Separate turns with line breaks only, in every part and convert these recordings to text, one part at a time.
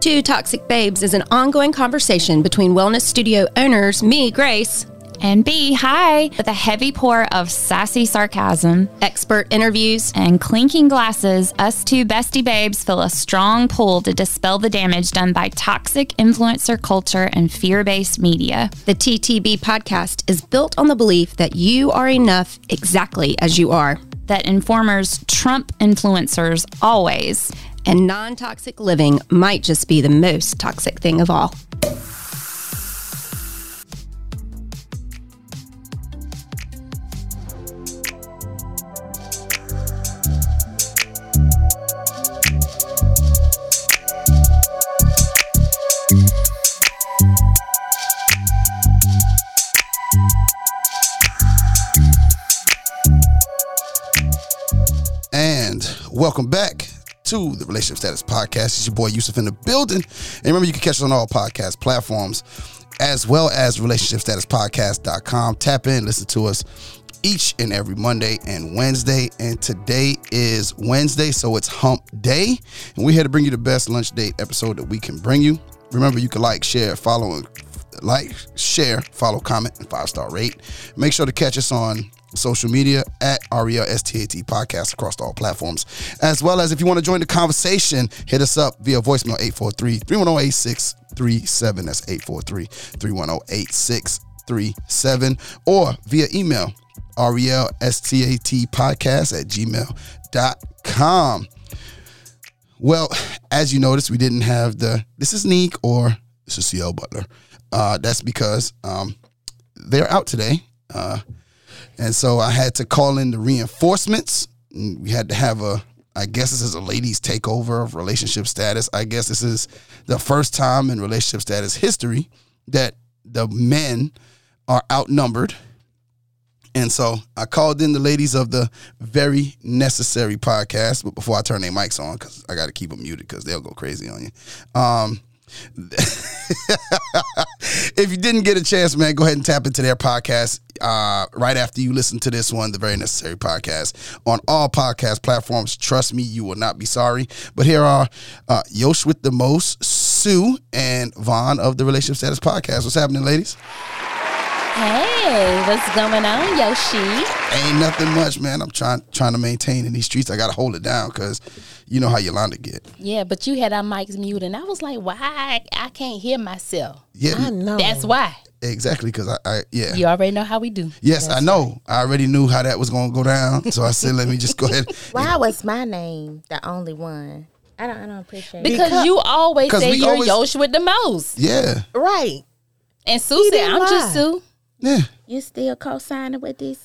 Two Toxic Babes is an ongoing conversation between wellness studio owners, me, Grace,
and B, hi, with a heavy pour of sassy sarcasm
expert interviews,
and clinking glasses, us two bestie babes feel a strong pull to dispel the damage done by toxic influencer culture and fear based media.
The TTB podcast is built on the belief that you are enough exactly as you are,
That informers trump influencers always.
and non toxic living might just be the most toxic thing of all.
And welcome back to the Relationship Status Podcast. It's your boy Yusuf in the building. And remember, you can catch us on all podcast platforms as well as relationshipstatuspodcast.com. Tap in, listen to us each and every Monday and Wednesday. And today is Wednesday, so it's hump day. And we're here to bring you the best lunch date episode that we can bring you. Remember, you can like, share, follow, and like, share, follow, comment, and five star rate. Make sure to catch us on social media at E RELSTAT podcast across all platforms. As well as if you want to join the conversation, hit us up via voicemail 843 310 8637. That's 843 310 8637. Or via email E RELSTAT podcast at gmail.com. Well, as you noticed, we didn't have the this is Neek or this is CL Butler. Uh, that's because um, they're out today. Uh, and so I had to call in the reinforcements. And We had to have a, I guess this is a ladies' takeover of relationship status. I guess this is the first time in relationship status history that the men are outnumbered. And so I called in the ladies of the Very Necessary podcast, but before I turn their mics on, because I got to keep them muted because they'll go crazy on you. Um, if you didn't get a chance, man, go ahead and tap into their podcast uh, right after you listen to this one, the Very Necessary Podcast, on all podcast platforms. Trust me, you will not be sorry. But here are uh, Yosh with the most, Sue, and Vaughn of the Relationship Status Podcast. What's happening, ladies?
Hey, what's going on, Yoshi?
Ain't nothing much, man. I'm trying trying to maintain in these streets. I gotta hold it down because you know how Yolanda get.
Yeah, but you had our mics muted, and I was like, "Why? I can't hear myself."
Yeah,
I know.
That's why.
exactly. Because I, I, yeah.
You already know how we do.
Yes, I know. I already knew how that was gonna go down, so I said, "Let me just go ahead."
Why was my name the only one? I don't. I don't appreciate. it.
Because, you always
'Cause
say
we
you're
always-
Yosh with the most,
Yeah,
Right.
and Sue said,
didn't
"I'm just
lie.
Sue."
yeah.
You still co-signing with this?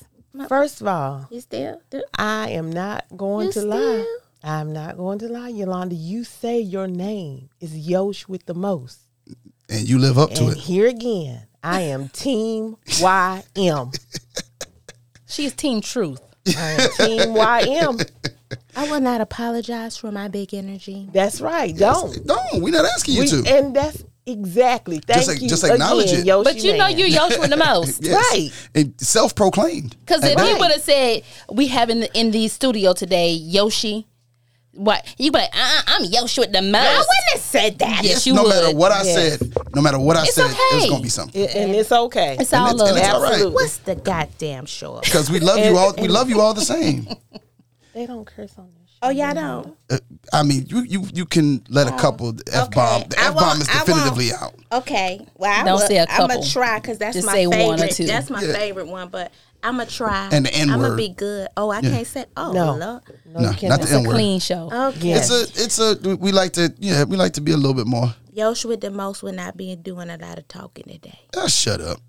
First of all,
You still? Do?
I am not going
You
to lie.
still?
I'm not going to lie, Yolanda. You say your name is Yosh with the most.
And you live up to
and
it.
here again, I am Team YM.
She's Team Truth.
I am Team YM.
I will not apologize for my big energy.
That's right. Don't.
Don't. We're not asking you
We-
to.
and that's exactly. Thank
like-
you.
just acknowledge
again,
it.
Yoshi
But you know
man.
you're Yosh with the most.
Yes.
right.
And self-proclaimed.
Because if
Right.
he would have said, "We have in the, in the studio today, Yoshi," what you be like, uh-uh, "I'm Yosh with the most." I wouldn't have said that. Yes, you
no
would.
matter what I
Yes.
said, no matter what I
It's
said, it was
okay.
gonna be something.
And- And it's okay.
It's all
And it's-
love.
and it's all right.
Absolutely.
What's the goddamn show? about?
Because we love you all. We love you all the same.
They don't curse on this.
Oh, y'all don't.
Uh, I mean, you you you can let a couple f bomb. The
I
f bomb
won't-
is
I won't.
definitively out.
Okay. Well, I
Don't say a
I'm
couple.
gonna try because that's
Just
my
say one
favorite.
or two.
That's my
Yeah.
favorite one, but. I'm gonna try.
And the N
I'm
word.
gonna be good. Oh, I can't say. Oh,
No.
Lord.
No,
No,
you
not
cannot.
the N word.
Clean show.
Okay.
Yes.
It's a it's a we like to yeah we like to be a little bit more.
Yosh with the most will not be doing a lot of talking today.
Ah, shut up.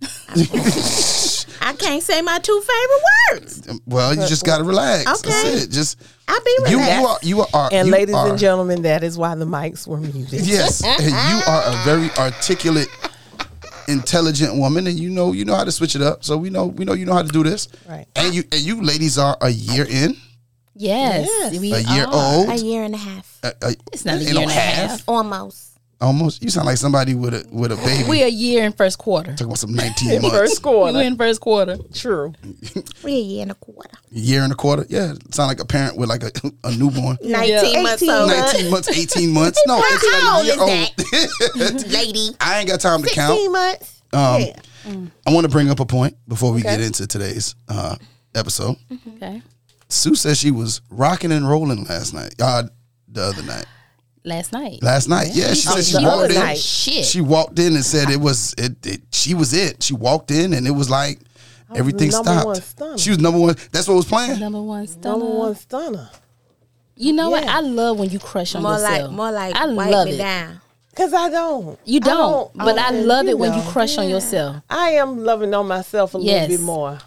I can't say my two favorite words.
Well, you just gotta relax.
Okay.
That's it. Just
I be
you you
relaxed.
are you are
And
you
ladies
are-
and gentlemen, that is why the mics were muted.
Yes, and you are a very articulate, intelligent woman, and you know you know how to switch it up. So we know we know you know how to do this.
Right.
And you and you ladies are a year in,
Yes, we
a year
are.
old.
a year and a half,
a- a-
It's not a
it
year
don't
and a half.
almost.
Almost. You sound like somebody with a with a baby.
We a year in first quarter.
Talking about some 19 months.
First
We
quarter.
in first quarter.
True.
We a year and a quarter.
year and a quarter. Yeah, sound like a parent with like a, a newborn.
19 months
18
old.
19 months, 18 months. No, it's like
How
a
old
year
is
old.
that? Lady.
I ain't got time to count.
18 months.
Um,
yeah.
I want to bring up a point before we get into today's uh, episode.
Mm-hmm.
Okay.
Sue says she was rocking and rolling last night. Uh, the other night.
Last night.
Last night. Yeah, she said
was
she
the
walked
other
in.
night.
Shit.
She walked in and said it was it, it she was it. She walked in and it was like everything
number
stopped.
one stunner.
she was number one. That's what was playing.
Number one stunner.
Number one stunner.
You know what? I love when you crush on
More
yourself.
like, more like,
I
wipe
love
me
it.
down.
Cause I don't.
You don't, but I
don't-
love it when you
know.
crush on yourself.
I am loving on myself a
Yes.
little bit more.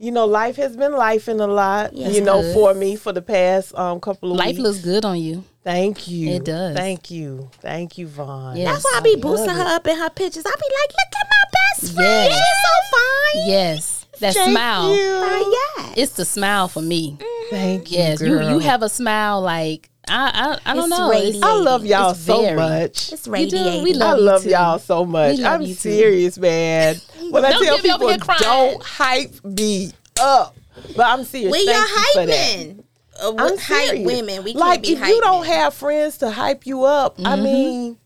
You know, life has been life in a lot.
Yes,
you know,
it
for me for the past um couple of
Life
weeks.
looks good on you.
Thank you.
It does.
Thank you. Thank you, Vaughn.
Yes.
That's why I be boosting her up in her pictures. I be like, look at my best friend.
Yes.
She's so fine.
Yes. That
Thank
smile.
you.
Fine, yeah.
It's the smile for me.
Thank you.
Yes. You you
girl.
have a smile like I I, I don't
It's
know. It's-
radiant.
I love y'all
It's
so
very-
much.
It's
You do. We
radiating.
love
I
you
love
too.
y'all so much.
We love
I'm
you too.
serious, man. When I
Don't
tell
get me over
people
here crying.
don't hype me up, but I'm serious.
We
Thank you for
are
that.
hyping. Uh,
I'm
we hype
serious.
women. We
like
can't be
if you don't
hype men.
have friends to hype you up. I mean,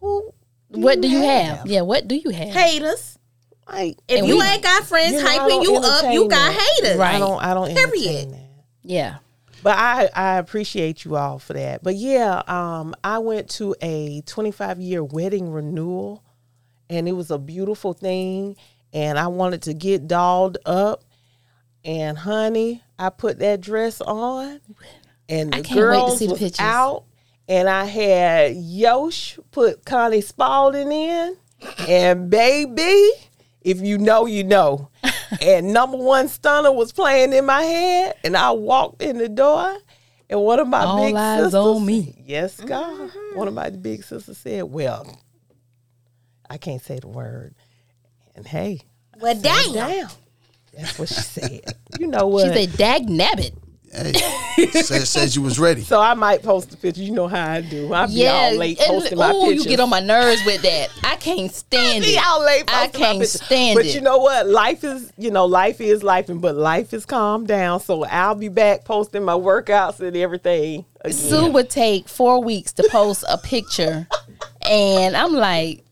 who?
What do you have? Yeah, what do you have?
haters.
Like
If
And
you
we-
ain't got friends
you know, I
hyping
don't
you up, you
entertain
got
that.
haters.
Right.
I don't. I don't.
Period.
Period. That.
Yeah.
But I I appreciate you all for that. But yeah, um, I went to a 25 year wedding renewal, and it was a beautiful thing. And I wanted to get dolled up, and honey, I put that dress on, and the
I can't wait to
girls
see the
was
pictures.
out, and I had Yosh put Connie Spaulding in, and baby, if you know, you know. and number one stunner was playing in my head, and I walked in the door, and one of my
All
big
eyes
sisters,
on me.
yes, God, one of my big sisters said, "Well, I can't say the word," and hey,
Well, damn.
damn, that's what she said. You know what?
She's a dag nabbit.
Hey, said, said you was ready.
so I might post the picture. You know how I do. I be
Yeah.
all late
and-
posting my
ooh,
pictures.
you get on my nerves with that. I can't stand
be
it.
all late
I
posting my
can't
pictures.
stand
but
it.
you know what? Life is, you know, life is life, and but life is calmed down. So I'll be back posting my workouts and everything. Again.
Sue would take four weeks to post a picture, and I'm like,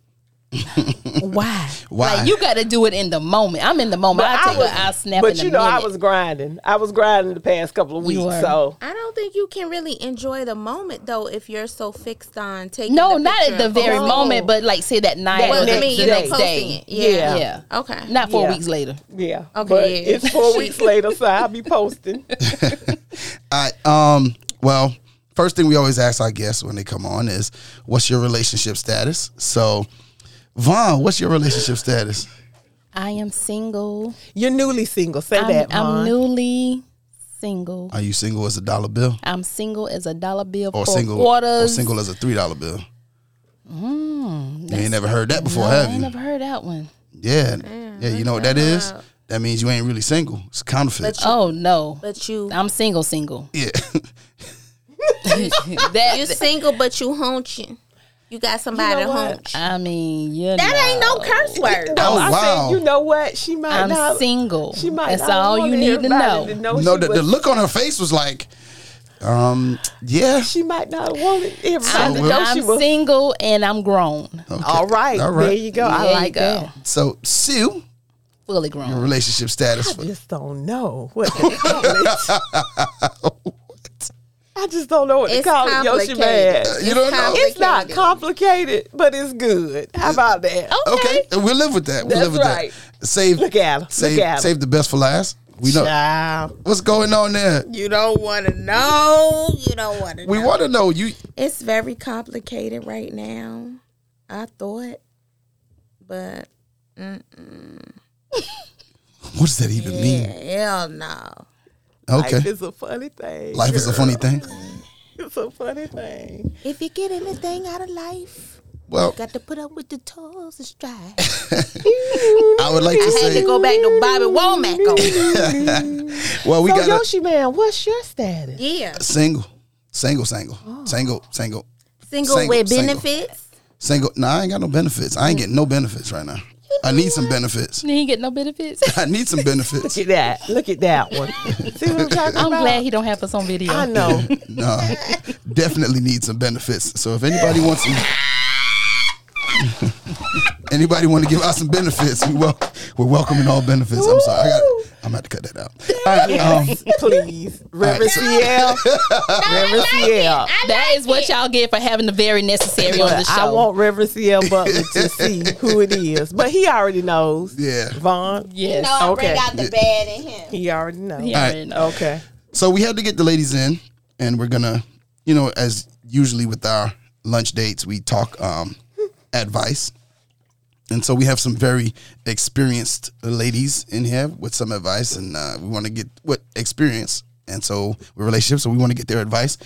why?
Why?
Like you got to do it in the moment. I'm in the moment. I take a, I'll snap.
But
in a
you know, I
minute.
was grinding. I was grinding the past couple of
You
weeks.
were.
So
I don't think you can really enjoy the moment though if you're so fixed on taking.
No,
the
not at
picture
the
and
very
posting
moment, but like say that night
That
Well,
or
I
the,
mean,
the
you
next
posting
day.
it. Yeah.
Yeah.
Yeah.
it. Okay.
Not four
Yeah.
weeks later.
yeah,
Okay,
but
yeah.
it's four weeks later, so I'll be posting.
I um well, first thing we always ask our guests when they come on is what's your relationship status? So Vaughn, what's your relationship status?
I am single.
You're newly single. Say
I'm,
that,
I'm
Vaughn.
newly single.
Are you single as a dollar bill?
I'm single as a dollar bill
Or
for
single or
quarters.
single as a three dollar bill? you ain't never heard that before, have
I
you?
ain't never heard that one.
yeah. yeah, you know what that is? That means you ain't really single. It's counterfeit.
Oh no,
But you,
I'm single, single.
yeah.
you're
that
single, but you hunching. You got somebody
know what?
hunch.
I mean, you
That
know.
ain't no curse word.
No,
Oh,
I
wow.
Said, you know what? She might
I'm
not.
single.
She might.
That's
not
all
want
you need to know.
everybody to know.
no,
she
the,
was-
the look on her face was like, um, yeah.
She might not want it.
I'm,
Everybody to
Well-
know
I'm
she was.
single and I'm grown.
Okay.
All right,
All
There
right.
you go. I
There you
like
go.
that.
So Sue,
Fully grown.
relationship status for
Just don't know what to call it. I just don't know what to
It's
call it. Yoshi
complicated.
bad.
You don't know.
It's not
complicated.
complicated, but it's good. How about that?
Okay, and we'll live with that. We'll
That's
live with
right.
that. Save,
Look at her.
save,
Look at her.
save the best for last. We know
Child.
what's going on there.
You don't want to know. You don't want to.
We
know.
want to know you.
It's very complicated right now. I thought, but
What does that even mean?
hell no.
Okay,
Life is a funny thing.
life is a funny thing.
It's a funny thing.
If you get anything out of life,
Well,
got to put up with the toils and strife.
I would like to
I had to
say.
go back to Bobby Womack on it.
Well, we
So
got a
Yoshi man, what's your status?
Yeah.
Oh.
single, single, single, single, single.
Single,
Single,
with
single.
benefits.
Single? No, I ain't got no benefits. I ain't getting no benefits right now. I need some benefits.
He ain't get no benefits.
I need some benefits.
Look at that. Look at that one. See what I'm talking
I'm
about?
glad he don't have us on video.
I know.
No, definitely need some benefits. So if anybody wants some, anybody want to give out some benefits, we wel- we're welcoming all benefits. I'm sorry, I got. I'm about to cut that out. All right, um,
Please. Reverend
so-
CL. Reverend CL.
That is what y'all get for having the very necessary on the
But
show.
I want Reverend CL Butler to see who it is. But he already knows.
Yeah.
Vaughn.
yes.
No, I
Okay.
bring out the bad in him.
He already knows.
Yeah,
Alright.
I know.
Okay.
so we had to get the ladies in, and we're gonna, you know, as usually with our lunch dates, we talk um, advice, and so we have some very experienced ladies in here with some advice, and uh, we want to get what experience, and so we're relationships, so we want to get their advice.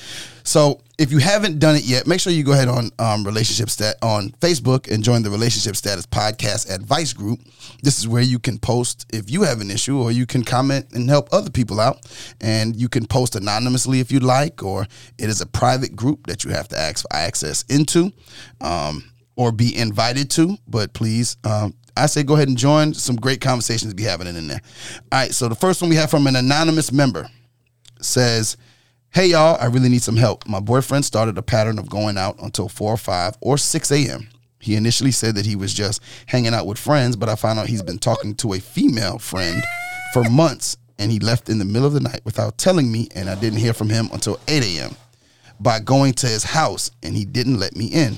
So if you haven't done it yet, make sure you go ahead on um, relationship stat on Facebook and join the relationship status podcast advice group. This is where you can post if you have an issue, or you can comment and help other people out, and you can post anonymously if you'd like, or it is a private group that you have to ask for access into. Um, or be invited to, but please, um, I say go ahead and join. Some great conversations be happening in there. All right, so the first one we have from an anonymous member says, Hey y'all, I really need some help. My boyfriend started a pattern of going out until 4 or 5 or 6 a.m. He initially said that he was just hanging out with friends, but I found out he's been talking to a female friend for months and he left in the middle of the night without telling me, and I didn't hear from him until 8 a.m. by going to his house and he didn't let me in.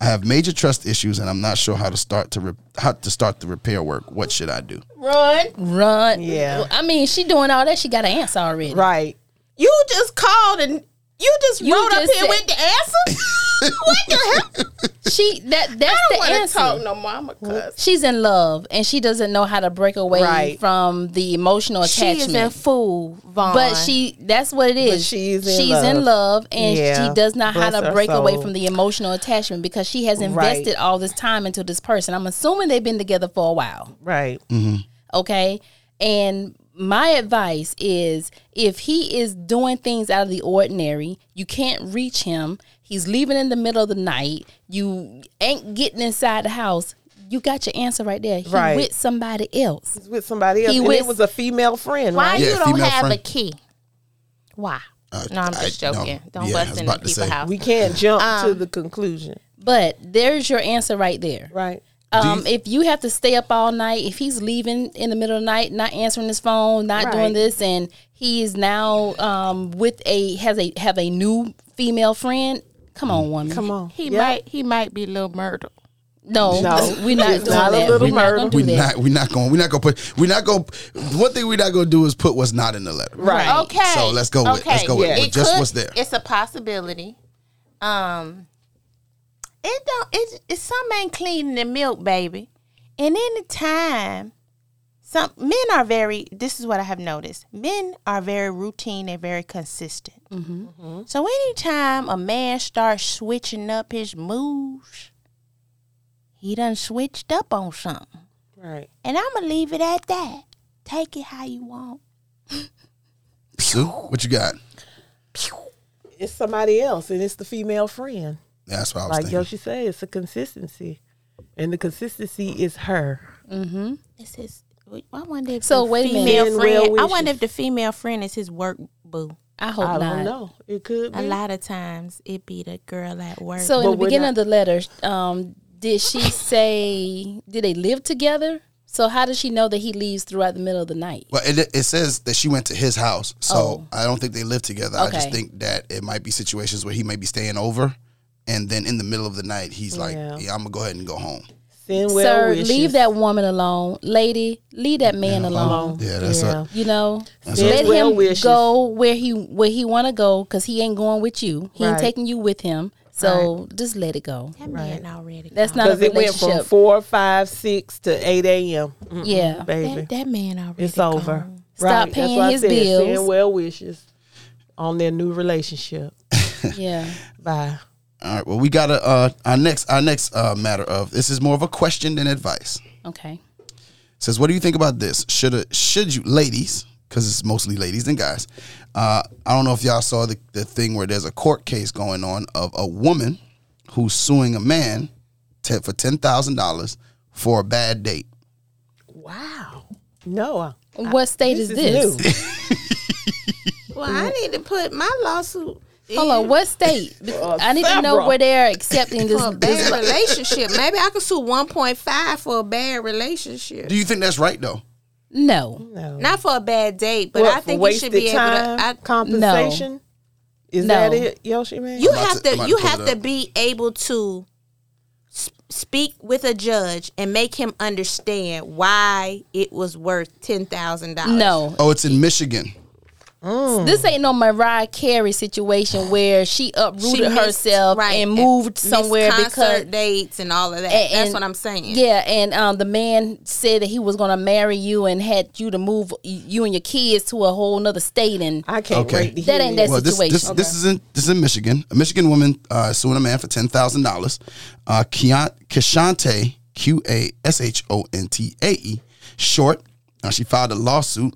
I have major trust issues, and I'm not sure how to start to re- how to start the repair work. What should I do?
Run.
Run.
Yeah.
Well, I mean, she doing all that. She got an answer already.
Right.
You just called and you just
You
rolled
just
up here
said-
with the answer. what the hell?
She that that's
I don't
the
want to
answer.
talk no more. I'm a cuss.
She's in love and she doesn't know how to break away
Right.
from the emotional attachment.
fool, Vaughn.
but she that's what it is.
she is in
she's
love.
in love and
Yeah.
she does not
Bless
how to
her
break away
soul.
from the emotional attachment because she has
Right.
invested all this time into this person. I'm assuming they've been together for a while.
Right.
okay and my advice is if he is doing things out of the ordinary you can't reach him he's leaving in the middle of the night you ain't getting inside the house you got your answer right there he
Right.
with somebody else
He's with somebody else.
He
and
with-
it was a female friend,
Why
right?
Yeah,
you don't
female
have a
friend.
key? Why?
Uh,
no, I'm
I-
just
no.
joking. Don't
Yeah, I was about
bust into
to
people's
say.
house.
We can't jump
Uh,
to the conclusion.
but there's your answer right there
Right.
um, if you have to stay up all night, if he's leaving in the middle of the night, not answering his phone, not doing
Right.
this, and he is now um, with a has a have a new female friend, come on, woman,
Come on.
He
Yeah.
might he might be little murder.
No,
No,
we're not
it's
doing
not a
that.
little
we're not gonna
murder.
do
We're
that.
not we're not going we're not going to put we're not going one thing we're not going to do is put what's not in the letter.
Right.
Okay.
So let's go with-
okay.
let's go with- with just
could-
what's there.
It's a possibility. Um it don't it, it some ain't cleaning the milk, baby. And any time some men are very this is what I have noticed. Men are very routine and very consistent.
Mm-hmm.
So anytime a man starts switching up his moves, he done switched up on something.
Right.
And I'ma leave it at that. Take it how you want.
Sue, what you got?
It's somebody else, and it's the female friend.
That's what I was
Like
thinking.
Yoshi said, it's a consistency, and the consistency is her.
It's his. I wonder if
So,
the
wait a minute.
female
Send well
friend. I
wishes.
wonder if the female friend is his work boo.
I hope
I
not.
don't know. It could be.
A lot of times it be the girl at work.
Mm. So in
But
the
we're
beginning
not-
of the letter, um, did she say did they live together? So how does she know that he leaves throughout the middle of the night?
Well, it, it says that she went to his house, so
Oh.
I don't think they live together. I just
Okay.
think that it might be situations where he may be staying over, and then in the middle of the night, he's like,
Yeah.
"Yeah, I'm gonna go ahead and go home."
Send well
Sir,
wishes.
leave that woman alone, lady. Leave that man alone.
Um, Yeah, that's
Yeah.
it.
You know,
all.
let
Well
him
wishes.
go where he where he want to go because he ain't going with you. He ain't
Right.
taking you with him. So just let it go.
that man already.
That's
gone.
not a
Because it went from
relationship.
four, five, six to eight a.m. Mm,
yeah,
Baby,
That, that man already.
it's over.
gone.
Stop
Right,
paying
That's why
his
I said,
bills.
Send well wishes on their new relationship.
yeah.
Bye.
All right. Well, we got a uh, our next our next uh, matter of this is more of a question than advice.
Okay.
says, "What do you think about this? Should a, should you, ladies, because it's mostly ladies and guys. Uh, I don't know if y'all saw the, the thing where there's a court case going on of a woman who's suing a man te- for ten thousand dollars for a bad date.
Wow. No. uh,
What state is, this?
new.
Well, I need to put my lawsuit.
Hold on, what state? I need to know
several.
where they're accepting this.
For a
this-
bad relationship. Maybe I could sue 1.5 for a bad relationship.
Do you think that's right though?
no,
No.
Not for a bad date, but
What,
I
for
think you should be
wasted time,
able to. I,
compensation. Is
No.
that it, Yoshi man?
you
I'm about to-
have to.
I'm about to
you
pull
have
it
to
up.
be able to s- speak with a judge and make him understand why it was worth ten thousand dollars.
no.
Oh, it's in Michigan.
This ain't no Mariah Carey situation where she uprooted
She missed-
herself
right,
and moved
missed
somewhere because
concert dates and all of that.
and-
That's
and-
what I'm saying.
Yeah, and um, the man said that he was going to marry you and had you to move you and your kids to a whole nother state, and
I can't
Okay.
wait to hear
That ain't that
well, this, this,
situation.
this is in this is in Michigan. A Michigan woman uh, suing a man for ten thousand dollars. Uh, Keon- Keshante Q A S H O N T A E short. Uh, she filed a lawsuit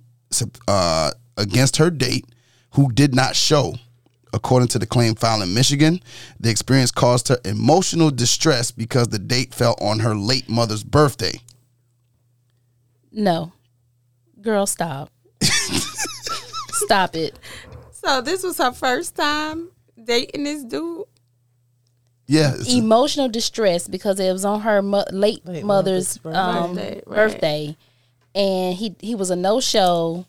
uh, against her date, who did not show. According to the claim filed in Michigan, the experience caused her emotional distress because the date fell on her late mother's birthday.
no, girl, stop, stop it.
So this was her first time dating this dude.
Yeah, it's a-
Emotional distress because it was on her mo- late, mother's,
Late mother's birthday.
um,
Birthday, right.
birthday, and he he was a no show.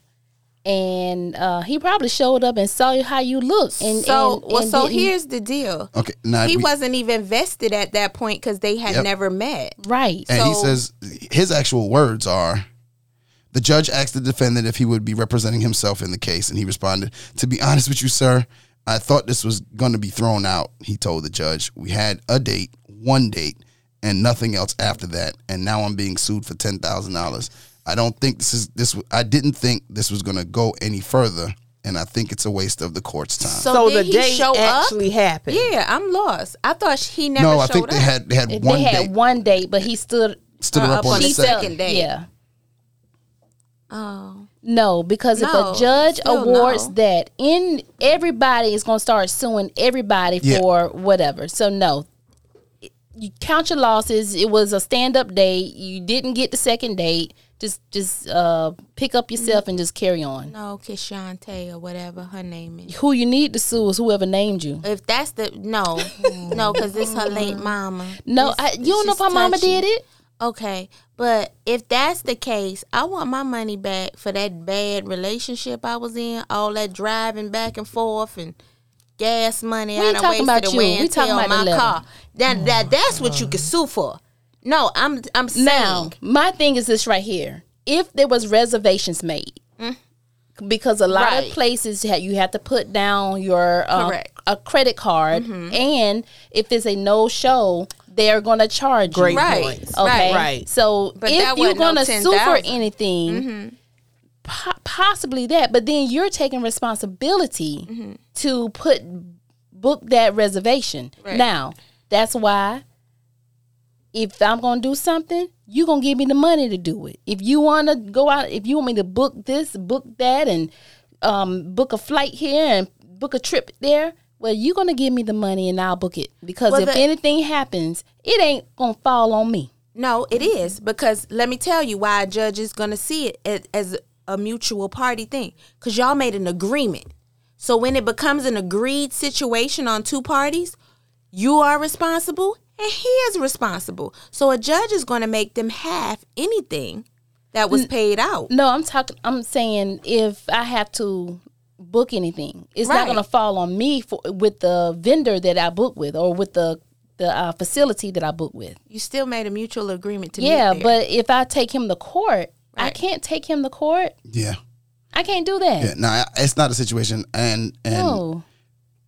And uh, he probably showed up and saw how you look. And
so
and,
well,
and
so
didn't-
here's the deal.
okay. Now
He
we-
wasn't even vested at that point because they had
Yep.
never met.
right.
And he
So-
says his actual words are the judge asked the defendant if he would be representing himself in the case, and he responded, To be honest with you, sir, I thought this was going to be thrown out, he told the judge. We had a date, one date, and nothing else after that, and now I'm being sued for $10,000. I don't think this is this. w- I didn't think this was going to go any further, and I think it's a waste of the court's time.
So,
So
did
the
he
date
show
actually
up?
happened.
Yeah, I'm lost. I thought sh- he never.
no,
showed
I think
up.
they had they had one
they had
date.
one date, but he stood
stood her
uh,
up on
up
the
on the
second.
second date.
Yeah.
Oh,
No, because
No,
if a judge
still
awards
no.
that, in everybody is going to start suing everybody
Yeah.
for whatever. So no, you count your losses. It was a stand-up date. You didn't get the second date. Just just uh, pick up yourself and just carry on.
no, Kishante or whatever her name is.
Who you need to sue is whoever named you.
If that's the no, no, because it's her late mama.
No, I,
It's-
you don't know if
she's
my mama
touchy.
did it.
Okay, but if that's the case, I want my money back for that bad relationship I was in. All that driving back and forth and gas money.
We ain't
I done
talking
wasted
about
and
you.
wear and
We talking
tear on
about the
my
letter.
car. That that that's what you could sue for. No, I'm I'm saying.
Now, my thing is this right here. If there was reservations made, because a lot
Mm. Right.
of places ha- you have to put down your um,
Correct. Mm-hmm.
a credit card, and if it's a no show, they're going to charge you.
right,
points.
right,
Okay.
right.
So
But that
if you're
wasn't no Mm-hmm.
going to sue for
10,000.
anything, po- possibly that, but then you're taking responsibility
Mm-hmm.
to put book that reservation.
Right.
Now, that's why if I'm going to do something, you going to give me the money to do it. If you want to go out, if you want me to book this, book that and um, book a flight here and book a trip there, well, you're going to give me the money and I'll book it because
Well,
if
the-
anything happens, it ain't going to fall on me.
No, it
Mm-hmm.
is because let me tell you why a judge is going to see it as, as a mutual party thing because y'all made an agreement. So when it becomes an agreed situation on two parties, you are responsible and he is responsible. So a judge is going to make them half anything that
Mm.
was paid out.
No, I'm talking. I'm saying if I have to book anything, it's
Right.
not going to fall on me for with the vendor that I book with or with the the uh, facility that I book with.
You still made a mutual agreement to
yeah,
meet there.
but if I take him to court, I
Right.
can't take him to court.
Yeah,
I can't do that.
yeah. Now it's not a situation, and and
No.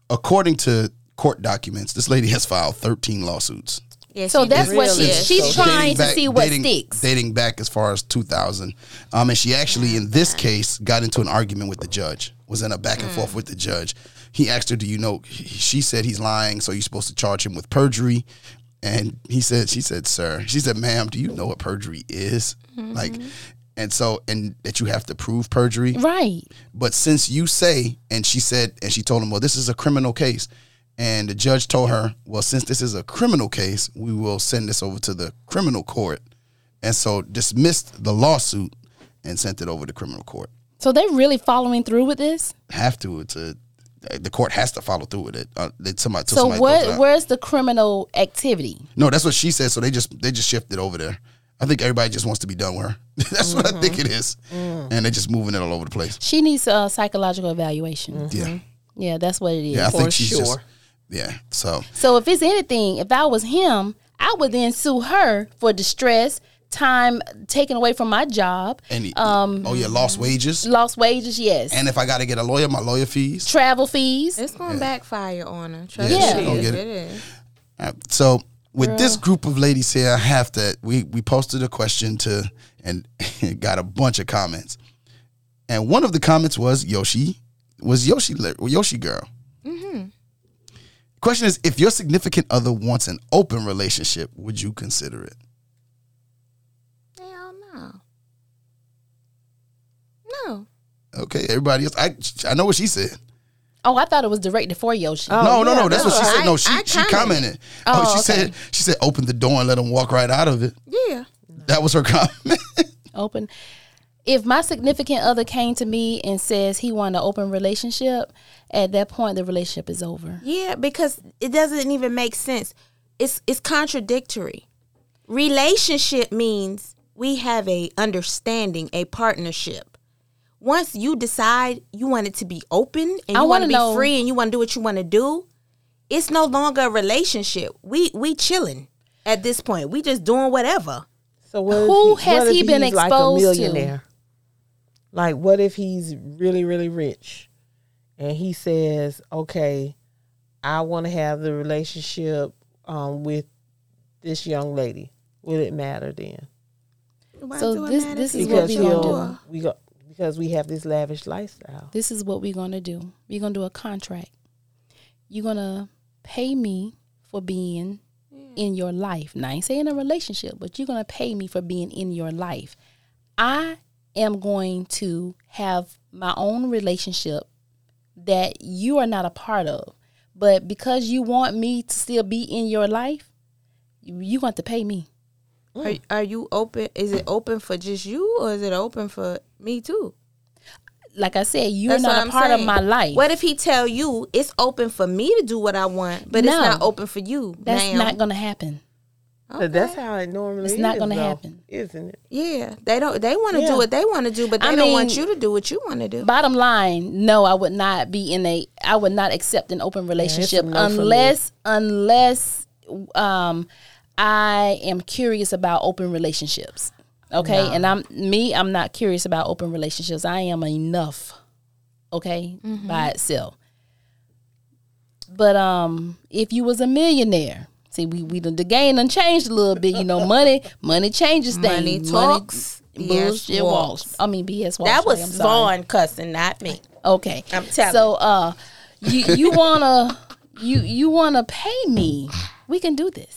according to court documents, this lady has filed 13 lawsuits.
Yeah,
So
she
that's
did.
what
Really?
she,
Since-
she's
so
trying
Dating
to
back-
see what
dating,
sticks.
Dating back as far as 2000. Um, and she actually, in
Ah.
this case, got into an argument with the judge, was in a back
Hmm.
and forth with the judge. He asked her, Do you know? he- She said he's lying, so you're supposed to charge him with perjury. And he said, She said, Sir, she said, Ma'am, do you know what perjury is?
Mm-hmm.
Like, and so, and that you have to prove perjury.
Right.
But since you say, and she said, and she told him, well, this is a criminal case. And the judge told her, well, since this is a criminal case, we will send this over to the criminal court. And so dismissed the lawsuit and sent it over to criminal court.
So they really following through with this.
Have to, to the court has to follow through with it. Uh, they, somebody, till
So
somebody
what?
goes out.
Where's the criminal activity?
No, that's what she said. So they just they just shifted over there. I think everybody just wants to be done with her. that's what I think
Mm-hmm.
it is.
Mm.
And they're just moving it all over the place.
She needs a psychological evaluation.
Yeah.
Yeah, that's what it is.
Mm-hmm. Yeah, I
For
think she's just
sure.
Yeah. So
So if it's anything, if I was him, I would then sue her for distress, time taken away from my job,
and um oh yeah, lost wages.
lost wages, yes,
And if I gotta get a lawyer, my lawyer fees.
travel fees.
It's gonna backfire on her. Trust
Yeah,
me,
she gonna get it.
it is.
Uh, So with this group of ladies here, I have to we we posted a question to and got a bunch of comments. And one of the comments was Yoshi was Yoshi li- Yoshi girl. Question is, if your significant other wants an open relationship, would you consider it?
Hell no. No.
Okay, everybody else. I I know what she said.
Oh, I thought it was directed for Yoshi.
no, no,
Oh, yeah,
no. That's what she
no,
said. No,
I-
she
I
she commented. Oh,
Oh,
she
okay.
said she said open the door and let him walk right out of it.
Yeah.
That was her comment.
open. If my significant other came to me and says he wanted an open relationship, at that point the relationship is over.
Yeah, because it doesn't even make sense. It's it's contradictory. Relationship means we have a understanding, a partnership. Once you decide you want it to be open and
I
you want
wanna
to be
know-
free and you want to do what you want to do, it's no longer a relationship. We we chilling at this point. We just doing whatever.
So what if
Who
he-
has
what if
he been
he's
exposed to?
like a millionaire? Like what if he's really really rich and he says, "Okay, I want to have the relationship um, with this young lady." Will it matter then?
Why do
So
it
this
matter
this
to
is
you?
what we gonna
he'll-
do.
we go because we have this lavish lifestyle.
This is what we're gonna do. We're gonna do a contract. You're gonna pay me for being
Mm.
in your life. Now I ain't saying a relationship, but you're gonna pay me for being in your life. I am going to have my own relationship that you are not a part of. But because you want me to still be in your life, you, you want to pay me.
Are, are you open? Is it open for just you, or is it open for me too?
Like I said, you're
That's
not
what
a
I'm
part of
saying.
my life.
What if he tell you it's open for me to do what I want, but
No.
it's not open for you?
That's
ma'am?
not gonna happen.
So that's how it normally
It's not
is,
gonna
though,
happen.
isn't it?
yeah. They don't. They want to
Yeah.
do what they want to do, but they
I
don't want
mean-
you to do what you want to do.
Bottom line, no, I would not be in a I would not accept an open relationship
a no for me.
unless unless um I am curious about open relationships. Okay? And I'm me, I'm not curious about open relationships. I am enough. Okay?
Mm-hmm.
By itself. But um, if you was a millionaire, see, we we done the game done changed a little bit. You know, money money changes things.
Money talks,
bullshit
BS walks.
walks. I mean, BS walks.
That
I'm
was
sorry.
Vaughn cussing, not me.
Okay,
I'm telling
So uh, you you wanna you you wanna pay me? We can do this.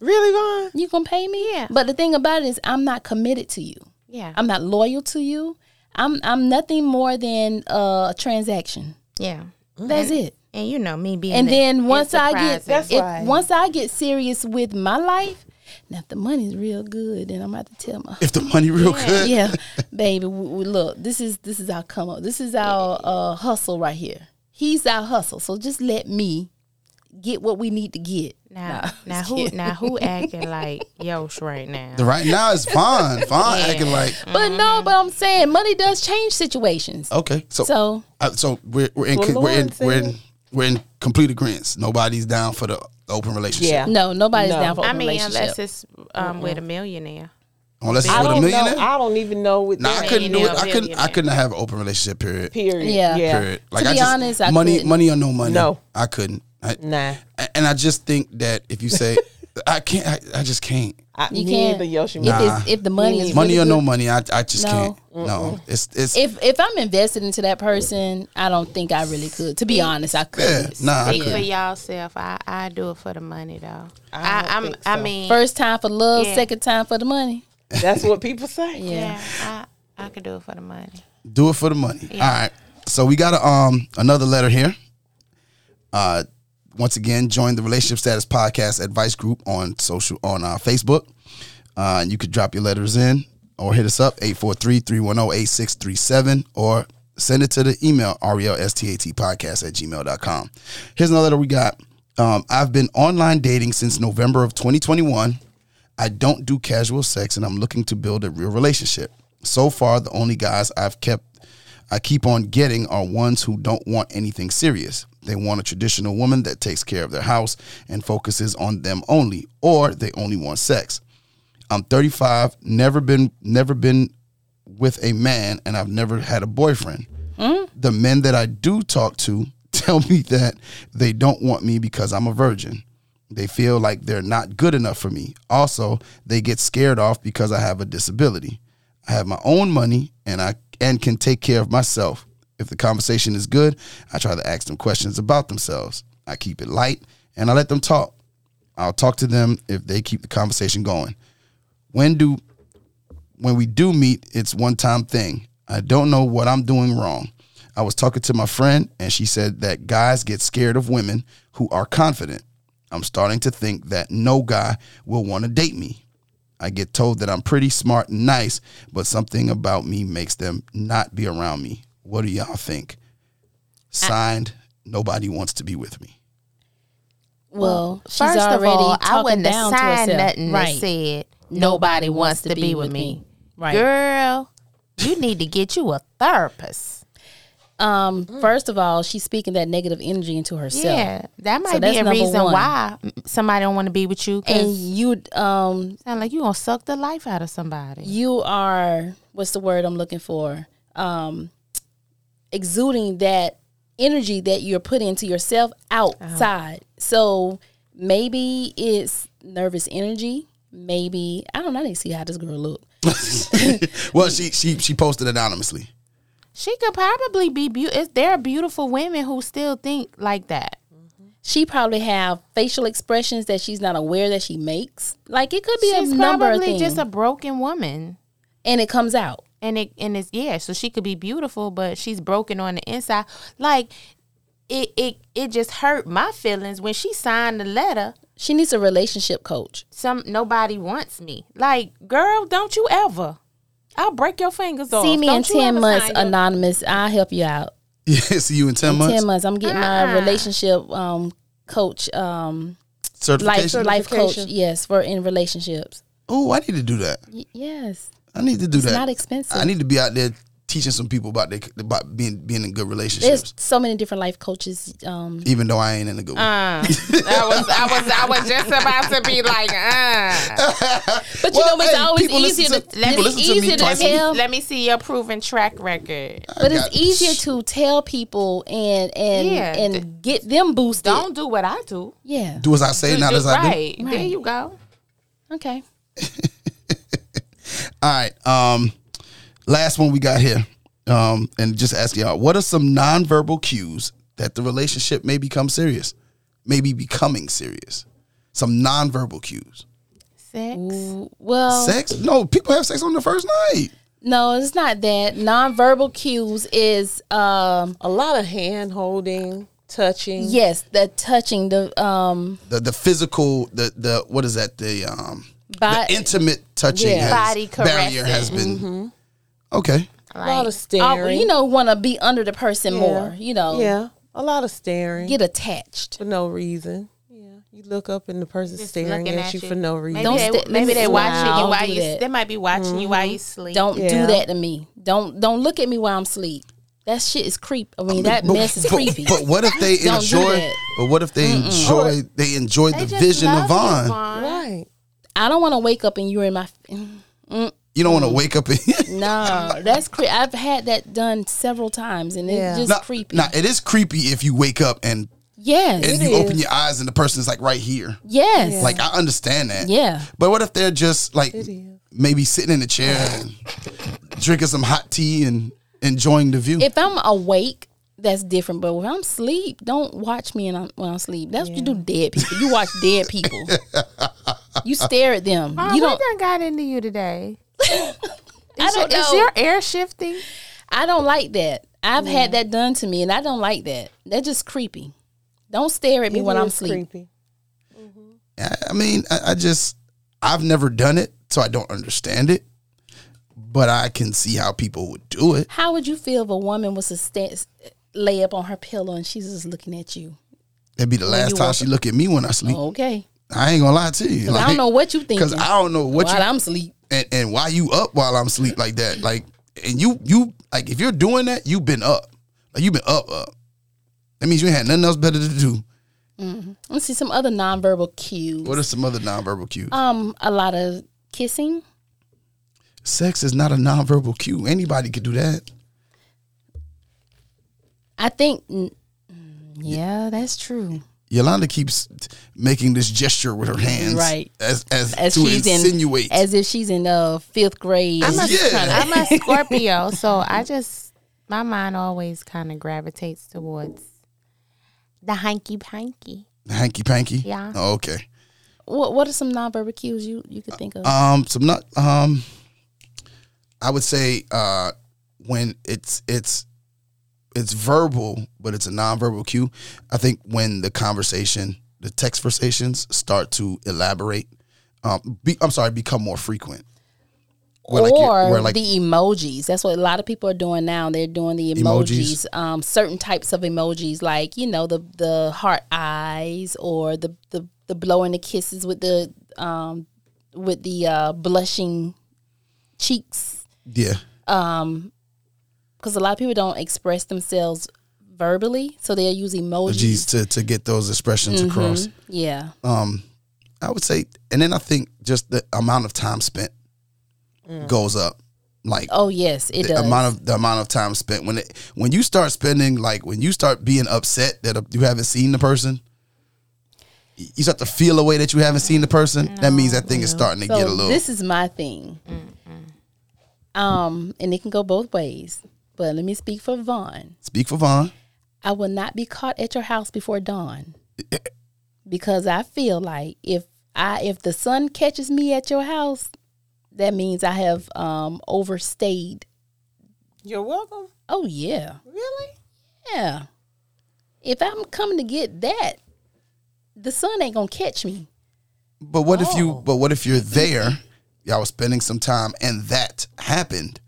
Really, Vaughn?
You gonna pay me?
Yeah.
But the thing about it is, I'm not committed to you.
Yeah.
I'm not loyal to you. I'm I'm nothing more than uh, a transaction.
yeah.
That's it.
And you know me being.
Mm. and
the
then once I get
enterprising.
That's
if-
right.
once I get serious with my life, now if the money's real good, then I'm about to tell my
if the money real good,
yeah, baby, we, we- look, this is this is our come up, this is our uh, hustle right here. He's our hustle, so just let me get what we need to get.
now, now who now who acting like Yosh right now?
right now it's fine. Fine acting like
But
Mm-hmm.
no, but I'm saying money does change situations.
okay. So so,
So
uh, so we're we're in,
Well,
we're in
Lauren said-
we're in we're in complete agreement. Nobody's down for the open relationship
Yeah.
no, nobody's
No.
down for
I
a
mean,
relationship.
unless it's um, with a millionaire.
unless it's
I
with a
don't know.
millionaire.
I don't even know what
nah,
that
I couldn't do it. I
Millionaire,
couldn't. I couldn't have an open relationship. Period.
period.
Yeah.
Period. Like
To
I
be
just,
honest, I
money,
couldn't.
money or no money.
No.
I couldn't. I,
Nah.
A- And I just think that if you say, I can't, I, I just can't.
I,
you
me
can't.
either, Yoshi.
if,
me
it's, if the money is
Money
really
or
good-
no money, I, I just
No.
can't. No, it's it's
If if I'm invested into that person, I don't think I really could. To be honest, I could.
yeah, nah, I
Speak for
couldn't.
y'all self. I, I do it for the money though.
I
I,
don't
I am
think
I
so.
mean
First time for love,
Yeah.
second time for the money.
That's what people say.
Yeah.
yeah, I I could do it for the money.
Do it for the money. All right. So we got a, um another letter here. Uh, Once again, join the Relationship Status Podcast Advice Group on social on uh, Facebook. Uh, you could drop your letters in or hit us up oh, 843-310-8637 or send it to the email E relstatpodcast at gmail.com. Here's another letter we got. Um, I've been online dating since November of 2021. I don't do casual sex and I'm looking to build a real relationship. So far, the only guys I've kept I keep on getting are ones who don't want anything serious. They want a traditional woman that takes care of their house and focuses on them only, or they only want sex. I'm 35, never been never been with a man and I've never had a boyfriend. The men that I do talk to tell me that they don't want me because I'm a virgin. They feel like they're not good enough for me. Also, they get scared off because I have a disability. I have my own money and I and can take care of myself. If the conversation is good, I try to ask them questions about themselves. I keep it light and I let them talk. I'll talk to them if they keep the conversation going. When do when we do meet, it's one time thing. I don't know what I'm doing wrong. I was talking to my friend and she said that guys get scared of women who are confident. I'm starting to think that no guy will want to date me. I get told that I'm pretty smart and nice, but something about me makes them not be around me. What do y'all think? Signed, nobody wants to be with me.
Well, she's
First of
already
all, I
talking
wouldn't
down to
assign
herself.
nothing
Right.
that said nobody wants to be with me.
Right.
Girl, you need to get you a therapist.
Um, first of all, she's speaking that negative energy into herself.
Mm. Yeah, that might
that's
be a
number
reason
one.
why somebody don't want to be with you. 'cause
And you um
sound like you gonna suck the life out of somebody.
you are what's the word I'm looking for? Um exuding that energy that you're putting into yourself outside.
Uh-huh.
So maybe it's nervous energy. Maybe I don't know, I didn't see how this girl looked.
Well, she she she posted anonymously.
She could probably be beautiful. There are beautiful women who still think like that.
She probably have facial expressions that she's not aware that she makes. Like it could be
She's
a number of
probably
things,
just a broken woman.
and it comes out.
and it and it's yeah so she could be beautiful but she's broken on the inside like it it it just hurt my feelings when she signed the letter
She needs a relationship coach.
some nobody wants me like girl don't you ever i'll break your fingers off
See me in
Don't you
ten
ever
months,
sign your-
anonymous. I'll help you out.
Yeah, see you in ten
In
months.
ten months, I'm getting my
Uh-uh.
relationship um, coach, um, life
Certification.
life coach. Yes, for in relationships.
Oh, I need to do that.
Y- yes,
I need to do that.
not expensive.
I need to be out there teaching some people about they, about being being in good relationships.
there's so many different life coaches. Um,
even though I ain't in a good one.
Uh, I was I was I was just about to be like, uh.
Well,
but you know, it's
hey,
always
people listen
easier to,
to- people
it's
listen to me
easier to
twice a week.
tell.
Let me see your proven track record.
But it's
got-
easier to tell people and and
Yeah.
and get them boosted.
Don't do what I do.
yeah.
do as I say, not
Do-
as I do.
right. There you go.
Okay.
All right. Um, last one we got here. Um, and just ask y'all, what are some nonverbal cues that the relationship may become serious? Maybe becoming serious. Some nonverbal cues.
Sex. Oh.
Well,
Sex? No, people have sex on the first night.
no, it's not that. Nonverbal cues is um
A lot of hand holding, touching.
Mm-hmm.
yes, the touching, the um
The the physical, the the what is that? The um
Bo-
the intimate touching
Yeah. Mm-hmm.
has,
Body
barrier has been okay.
A lot of
Oh,
staring.
you know, want to be under the person more. You know,
Yeah. A lot of staring
get attached.
for no reason. Yeah. You look up and the person's staring
looking
at,
at
you
you.
for no reason.
Maybe
Don't
they,
st-
maybe they
listen,
watching
wow.
you while
Don't do
you.
that. Mm-hmm.
They might be watching you while you sleep.
Don't
Yeah.
do that to me. Don't don't look at me while I'm asleep. That shit is creep. I mean, that mess is creepy.
But what if they
Don't do
enjoy?
that.
But what if they enjoy? They enjoy the vision of Vaughn.
Right.
I don't want to wake up and you're in my. mm,
You don't want to wake up. And
No, that's creepy. I've had that done several times, and
Yeah.
it's just
Nah,
creepy.
nah, it is creepy if you wake up and
yes,
and you open your eyes and the person's like right here.
yes, yeah.
Like I understand that. But what if they're just like maybe sitting in a chair and drinking some hot tea and enjoying the view?
If I'm awake, that's different. But if I'm asleep, don't watch me and I'm when I'm asleep. That's what you do, dead people. You watch dead people. you stare at them. you don't.
done got into you today?
I don't know.
Is your air shifting?
I don't like that. I've had that done to me, and I don't like that. That's just creepy. Don't stare at me
It
when I'm
is
asleep.
creepy.
I, I mean, I, I just I've never done it, so I don't understand it. But I can see how people would do it.
How would you feel if a woman was to stand, lay up on her pillow and she's just looking at you?
That'd be the last
you
time
woke
she look at me when I sleep.
Okay,
I ain't gonna lie to you.
because I don't know what you thinking.
Because I don't know what
while
you
I'm asleep.
and, and why you up while I'm asleep like that. Like and you you like if you're doing that, you've been up. Like you've been up up. That means you ain't had nothing else better to do.
Let's see some other nonverbal cues.
What are some other nonverbal cues?
um, a lot of kissing.
Sex is not a nonverbal cue. Anybody could do that.
I think. mm, Yeah, that's true.
Yolanda keeps t- making this gesture with her hands,
Right.
As as,
As
to
she's
insinuate.
in, as if she's in uh, fifth grade.
I'm a,
Yeah.
am a Scorpio, so I just my mind always kind of gravitates towards the hanky panky.
Hanky panky.
Yeah.
Oh, okay.
what What are some nonverbal cues you you could think of?
Um. Some not. Um. I would say uh when it's it's it's verbal, but it's a nonverbal cue. I think when the conversation, the text conversations start to elaborate. Um. Be, I'm sorry. Become more frequent. Where like you're-
or
where like-
the emojis. That's what a lot of people are doing now. They're doing the
Emojis.
emojis, Um, certain types of emojis, like you know the the heart eyes or the the, the blowing the kisses with the um, with the uh, blushing cheeks.
Yeah.
Because a lot of people don't express themselves verbally, so they'll use emojis.
Geez, to to get those expressions
Mm-hmm.
across.
Yeah,
I would say, and then I think just the amount of time spent
Mm.
goes up. Like
Oh yes, it
the
does.
amount of the amount of time spent when it when you start spending like when you start being upset that uh, you haven't seen the person, you start to feel a way that you haven't seen the person. that means that thing is starting to
so
get a little.
this is my thing. Um, and it can go both ways. But let me speak for Vaughn.
speak for Vaughn.
I will not be caught at your house before dawn. because I feel like if I if the sun catches me at your house, that means I have um overstayed.
You're welcome.
Oh yeah.
Really?
Yeah. If I'm coming to get that, the sun ain't gonna catch me.
But what if
Oh.
you? But what if you're there? Y'all was spending some time, and that happened,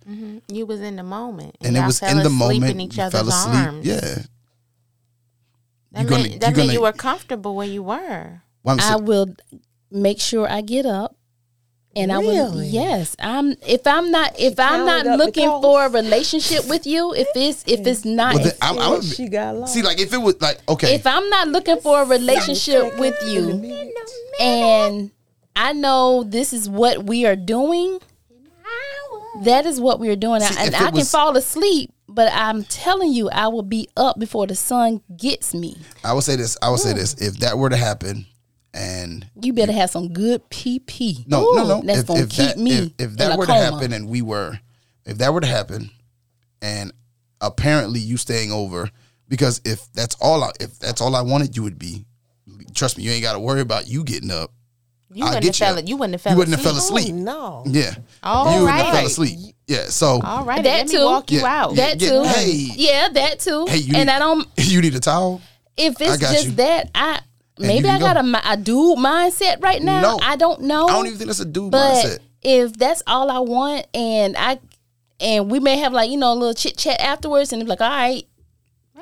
You was in the moment,
and
Y'all
it was
fell
in the
asleep
moment.
in each
you
other's
fell asleep.
arms.
Yeah.
that
gonna-
mean, that
you
mean you
gonna-
were comfortable where you were.
Well, I'm
I
saying-
will make sure I get up. And I will
Really?
yes. I'm if I'm not if I'm not
counted up the
looking
cost.
for a relationship with you, if it's if it's not
Well, then I'm-
See
I
what
would-
she got lost.
See, like if it was like okay,
if I'm not looking for a relationship with you and I know this is what we are doing, that is what we are doing.
See,
and
if it
I can
was-
fall asleep, but I'm telling you, I will be up before the sun gets me.
I will say this. I will
Hmm.
say this. If that were to happen, and
You better have some good PP.
no, no, no.
That's
if,
going to
if
keep
that,
me.
if, if that
in a
were
coma.
to happen, and we were, if that were to happen, and apparently you staying over, because if that's all, I, if that's all I wanted, you would be. Trust me, you ain't got to worry about you getting up.
You
I'll
wouldn't
get
have
you
fell.
up.
You wouldn't have fell.
You wouldn't have fell
asleep.
Oh,
asleep.
No.
Yeah,
All
you wouldn't have
right.
fell asleep. Yeah, so
All right,
That
let me
too.
walk you
Yeah.
out.
Yeah.
That too.
Hey.
Yeah, that too.
hey, you
and
need,
I don't
You need a towel.
if
I
it's
got
just
you.
that I
you
maybe
can
I got
go.
a, mi- a dude mindset right now.
No.
I don't know.
I don't even think that's a dude
But
mindset.
if that's all I want, and I and we may have like you know a little chit chat afterwards, and be like, all right,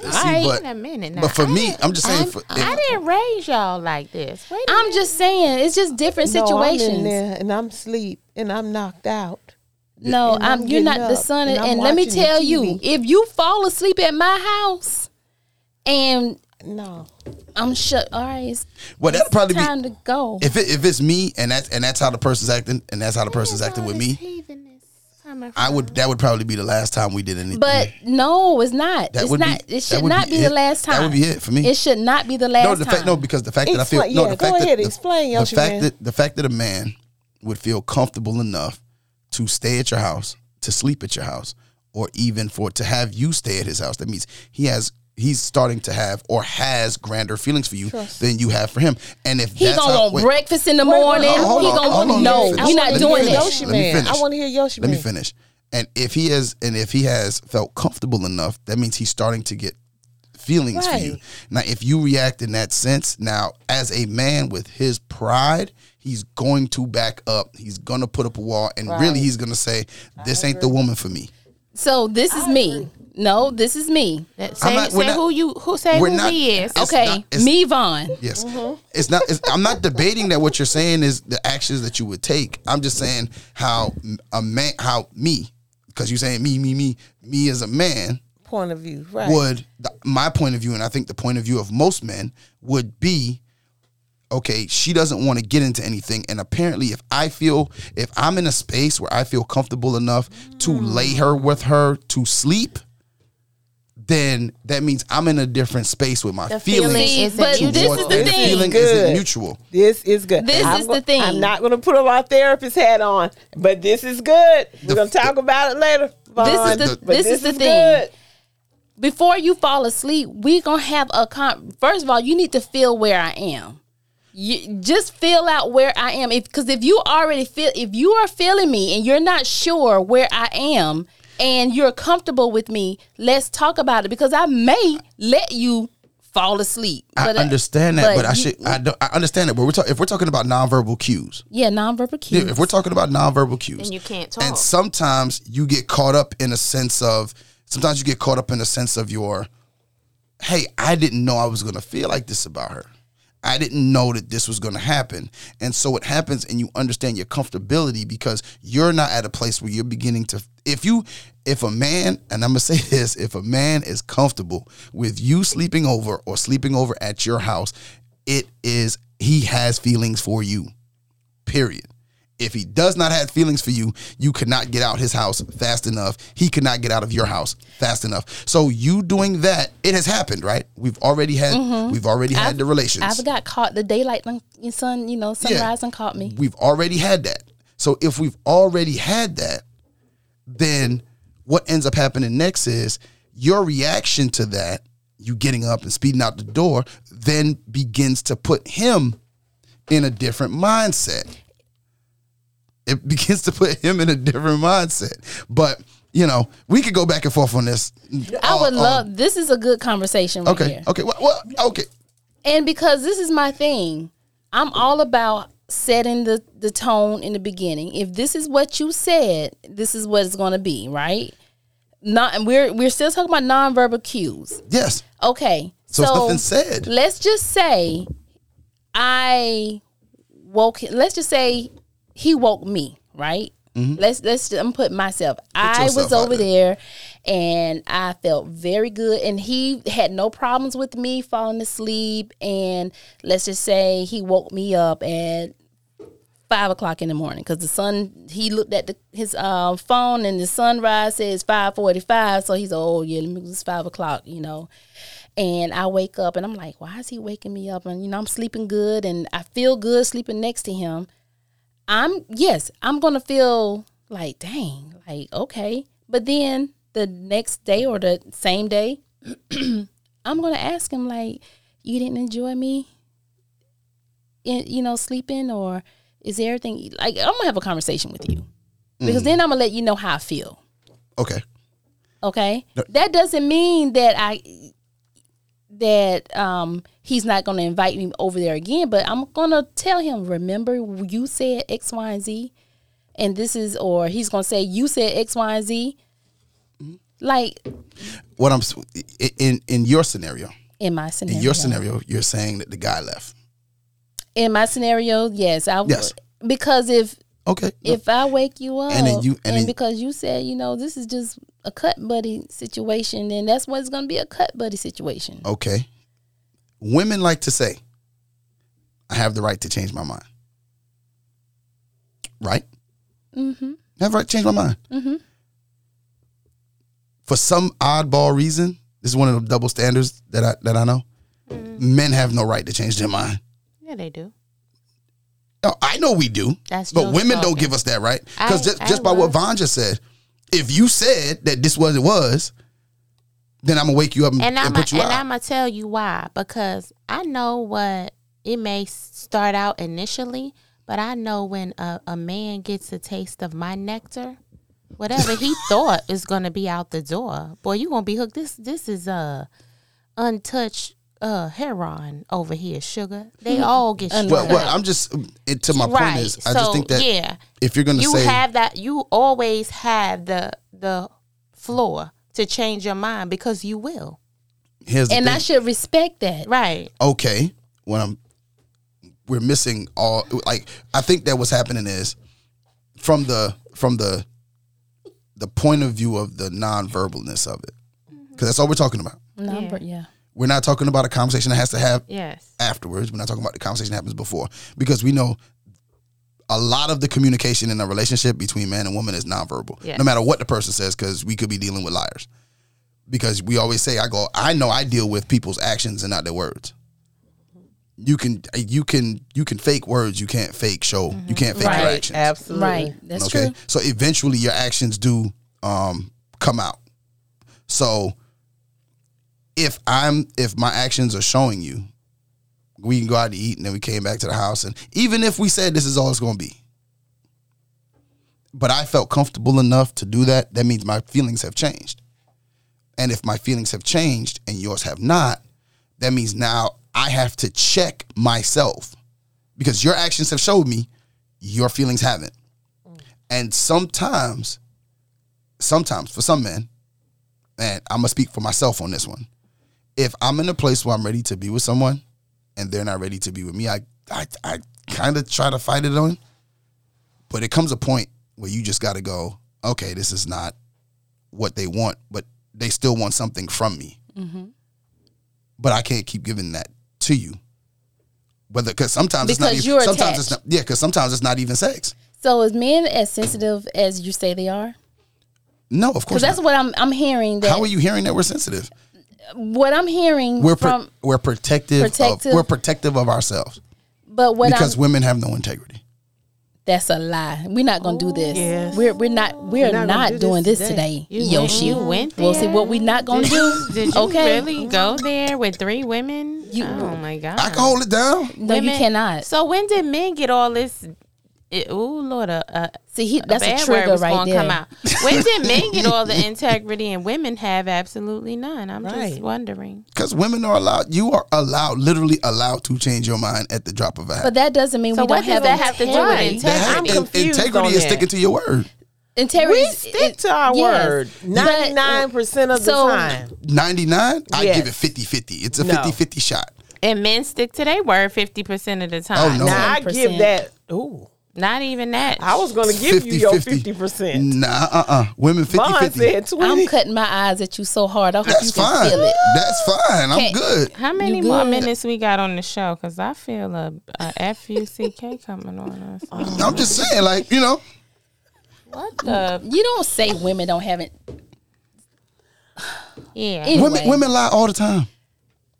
all right.
but-
Wait a minute now.
But for
I
me,
didn't-
I'm just saying. for,
I didn't raise y'all like this. Wait a
I'm just saying, it's just different situations.
No, I'm in there and I'm asleep and I'm knocked out.
No,
And I'm
I'm, you're not
getting
the
up,
son.
and
And,
I'm
let me
watching the
tell you,
TV.
if you fall asleep at my house, and
No.
I'm shut. All right, it's
well, that'd probably be
time to go.
if it, if it's me and that's and that's how the person's acting and that's how the person's acting with me,
heathenness coming
I would that would probably be the last time we did anything.
But no, it's not.
That
it's
would be-
not.
that
it should
would
not
be
be,
it.
the last
That
time.
would be it for me.
It should not be the last
no, the
time.
fact no because the fact that I feel
Explain-
no
yeah,
the
go
fact
ahead,
that
explain,
the, the
Yoshi
fact
Man.
that the fact that a man would feel comfortable enough to stay at your house to sleep at your house or even for to have you stay at his house that means he has he's starting to have or has grander feelings for you than you have for him and if
He
that's
gonna
how,
want
wait,
breakfast in the morning.
on, hold
he
on,
gonna
hold
want
on, let me
to know.
finish.
You're
Let
not
me
doing
finish.
that.
Yoshi
Let me
Man.
finish.
I want to hear Yoshi
Let me
Man.
finish. And if he is, and if he has felt comfortable enough, that means he's starting to get feelings for you.
Right.
Now, if you react in that sense, now as a man with his pride, he's going to back up. He's going to put up a wall, and really, he's going to say, "This ain't the woman for me."
So this is me. No, this is me.
That- Say,
not- we're
say
not-
who you who say
we're
who
not-
he is.
It's
okay,
not- it's-
me, Vaughn.
Yes, it's not. It's, I'm not debating that what you're saying is the actions that you would take. I'm just saying how a man, how me, because you're saying me, me, me, me as a man
Point of view, right?
would th- my point of view and i think the point of view of most men would be okay she doesn't want to get into anything and apparently if i feel if i'm in a space where i feel comfortable enough to lay her with her to sleep then that means i'm in a different space with my feelings
feeling is
but
that you
this
just
is
towards-
the
and
thing.
feeling
Good.
isn't mutual
This is good.
This
I'm
is
go-
the thing.
I'm not going to put on my therapist hat on, but this is good. We're going to talk about it later. Vaughn,
the-
but
this is the thing.
good.
Before you fall asleep, we gonna have a con. First of all, you need to feel where I am. You just feel out where I am. If because if you already feel, if you are feeling me and you're not sure where I am and you're comfortable with me, let's talk about it because I may let you fall asleep.
I
uh,
understand that, but, I
you-
should. I, don't, I understand that, but we're talk, if we're talking about nonverbal cues,
Yeah, nonverbal cues.
Yeah, if we're talking about nonverbal cues,
Then you can't
And
talk.
sometimes you get caught up in a sense of sometimes you get caught up in a sense of your, hey, I didn't know I was gonna feel like this about her. I didn't know that this was gonna happen. And so it happens and you understand your comfortability because you're not at a place where you're beginning to if you if a man, and I'm gonna say this, if a man is comfortable with you sleeping over or sleeping over at your house, it is he has feelings for you period. If he does not have feelings for you, you cannot get out his house fast enough. He cannot get out of your house fast enough. So you doing that, it has happened, right? We've already had we've already had the relations.
Mm-hmm. I've got caught the daylight done- your sun, you know, sunrise and caught me.
we've already had that. So if we've already had that, then what ends up happening next is your reaction to that, you getting up and speeding out the door, then begins to put him in a different mindset. It begins to put him in a different mindset. But, you know, we could go back and forth on this.
I would
On- on-
love this is a good conversation right
Uh, um, Okay.
here.
Okay. Well, well, okay.
And because this is my thing, I'm all about setting the, the tone in the beginning. If this is what you said, this is what it's gonna be, right? Not and we're we're still talking about nonverbal cues.
Yes.
Okay.
So it's nothing said.
Let's just say I woke let's just say he woke me, right? Let's let's I'm put myself. I
yourself
was
out
over
there.
there there, and I felt very good and he had no problems with me falling asleep and let's just say he woke me up at five o'clock in the morning because the sun he looked at the, his uh, phone and the sunrise says 5.45 so he's oh yeah let me- it's five o'clock you know and i wake up and i'm like why is he waking me up and you know i'm sleeping good and i feel good sleeping next to him I'm yes, I'm gonna feel like dang, like okay. But then the next day or the same day, I'm gonna ask him like, you didn't enjoy me, in, you know, sleeping or is everything like I'm gonna have a conversation with you because then I'm gonna let you know how I feel.
Okay.
Okay, that doesn't mean that I that um he's not gonna invite me over there again. But I'm gonna tell him, remember you said X, Y, and Z, and this is or he's gonna say you said X, Y, and Z. Like
What I'm s- i- in in your scenario,
in my scenario,
in your scenario, you're saying that the guy left.
in my scenario, yes, I would
Yes.
because if
Okay.
if I wake you up
And then you- and then-
because you said you know this is just a cut buddy situation, then that's what it's gonna be a cut buddy situation.
Okay. Women like to say, I have the right to change my mind. Right? Mm-hmm. Have the right to change my mind. Mm-hmm. For some oddball reason, this is one of the double standards that I that I know. Men have no right to change their mind.
Yeah, they do.
No, I know we do.
That's
but
Jill
women don't
Scott.
give us that right. Because
I-
just,
I
just by what
was.
Von just said, if you said that this was it was, then I'm gonna wake you up Mm, and,
And
and
I'm
put you
and
out.
I'm gonna tell you why because I know what it may start out initially, but I know when a, a man gets a taste of my nectar, whatever he thought is gonna be out the door. Boy, you gonna be hooked. This this is uh untouched uh, heroin over here, sugar. They all get sugar.
Well, well, I'm just it, to my
right.
point is
so
I just think that
yeah,
if you're gonna
you
say
have that. You always have the the floor to change your mind because you will.
here's the
and
thing.
I should respect that.
Right.
okay, when I'm we're missing all like I think that what's happening is from the from the the point of view of the non-verbalness of it. Cuz that's all we're talking about.
Number, yeah.
We're not talking about a conversation that has to have
Yes.
afterwards. We're not talking about the conversation that happens before because we know a lot of the communication in a relationship between man and woman is nonverbal.
Yes.
No matter what the person says, because we could be dealing with liars. Because we always say, I go, I know I deal with people's actions and not their words. You can, you can, you can fake words. You can't fake show.
Mm-hmm.
You can't fake your
Right.
actions.
Absolutely.
Right. That's true.
So eventually your actions do um, come out. So if I'm if my actions are showing you, we can go out to eat and then we came back to the house and even if we said this is all it's gonna be. But I felt comfortable enough to do that, that means my feelings have changed. And if my feelings have changed and yours have not, that means now I have to check myself. Because your actions have showed me, your feelings haven't. And sometimes, sometimes for some men, and I'm gonna speak for myself on this one. If I'm in a place where I'm ready to be with someone, and they're not ready to be with me, I I, I kind of try to fight it on. But it comes a point where you just gotta go, okay, this is not what they want, but they still want something from me.
Mm-hmm.
But I can't keep giving that to you. Whether because sometimes
Because
it's not
you're
even, sometimes it's
attached.
not yeah because sometimes it's not even sex.
So is men as sensitive as you say they are?
No, of course
Because that's
not.
what I'm I'm hearing that
How are you hearing that we're sensitive?
what I'm hearing
We're pro-
from
we're protective.
Protective.
Of, we're protective of ourselves
but what
because
I'm
women have no integrity.
that's a lie. We're not gonna do this.
yes.
We're we're not we're not,
not gonna do
doing
this
this
today.
today,
You
Yoshi.
went- you went
Well, see
there.
what we not gonna do.
Did you
okay,
really go there with three women? oh my god!
I can hold it down.
no, you
Women-
cannot.
So when did men get all this? It, ooh, Lord, uh, uh,
see, he, that's
bad
a
word
trigger
was
right
gonna
there.
come out. When did men get all the integrity and women have absolutely none? I'm just
Right.
wondering.
Because women are allowed. You are allowed, literally allowed, to change your mind at the drop of a hat.
But that doesn't mean we
So
don't
what does
have
that have to do with
integrity.
integrity?
That-
I'm
in-
confused
integrity is
on that.
sticking to your word.
Integrity.
We
is-
stick
it-
to our
yes.
word. Ninety nine percent of the
so-
time.
Ninety nine. I
Yes.
give it 50-50. It's a
No.
50-50 shot.
And men stick to their word fifty percent of the
Oh
time.
no.
Now I
10%.
give that. Ooh,
Not even that.
I was gonna give you your fifty percent.
Nah, uh, uh Women 50
Bond
50
said twenty.
I'm cutting my eyes at you so hard. I hope
That's
you can
fine.
feel it.
That's fine. I'm
Okay.
good.
How many more
good?
minutes we got on the show? Because I feel a, a F-U-C-K coming on us.
I'm just saying, like you know,
What the?
You don't say women don't have it.
Yeah.
Anyway,
women women lie all the time.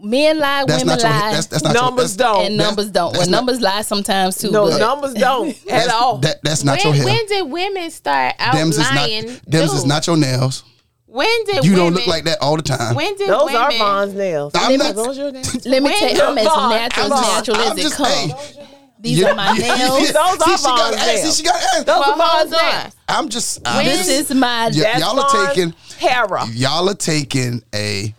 men lie,
That's
women
not your.
lie,
That's, that's not
numbers
your.
don't.
and numbers don't. Well,
that's not-
numbers lie sometimes too.
no,
but
numbers don't
That's,
at all.
That, that's not your
When,
hair.
when did women start out
Dems is not.
lying?
Dems is
Dude,
not your nails.
When did
You
women,
don't look like that all the time.
When did
Those
women,
are Bond's nails.
I'm
Are
not-
those your nails?
Let me tell you, I'm as
Come
natural as
on,
natural
I'm
as it
just-
comes.
hey.
These
Yeah,
are my
yeah,
nails.
yeah.
Those
see,
are
she got
Bond's
ass. See, she got ass.
Those
Well,
are Bond's
hold on.
nails.
I'm just.
This is my
Yeah.
That's
Y'all are
Bond's
taking-
Hera.
Y'all are taking a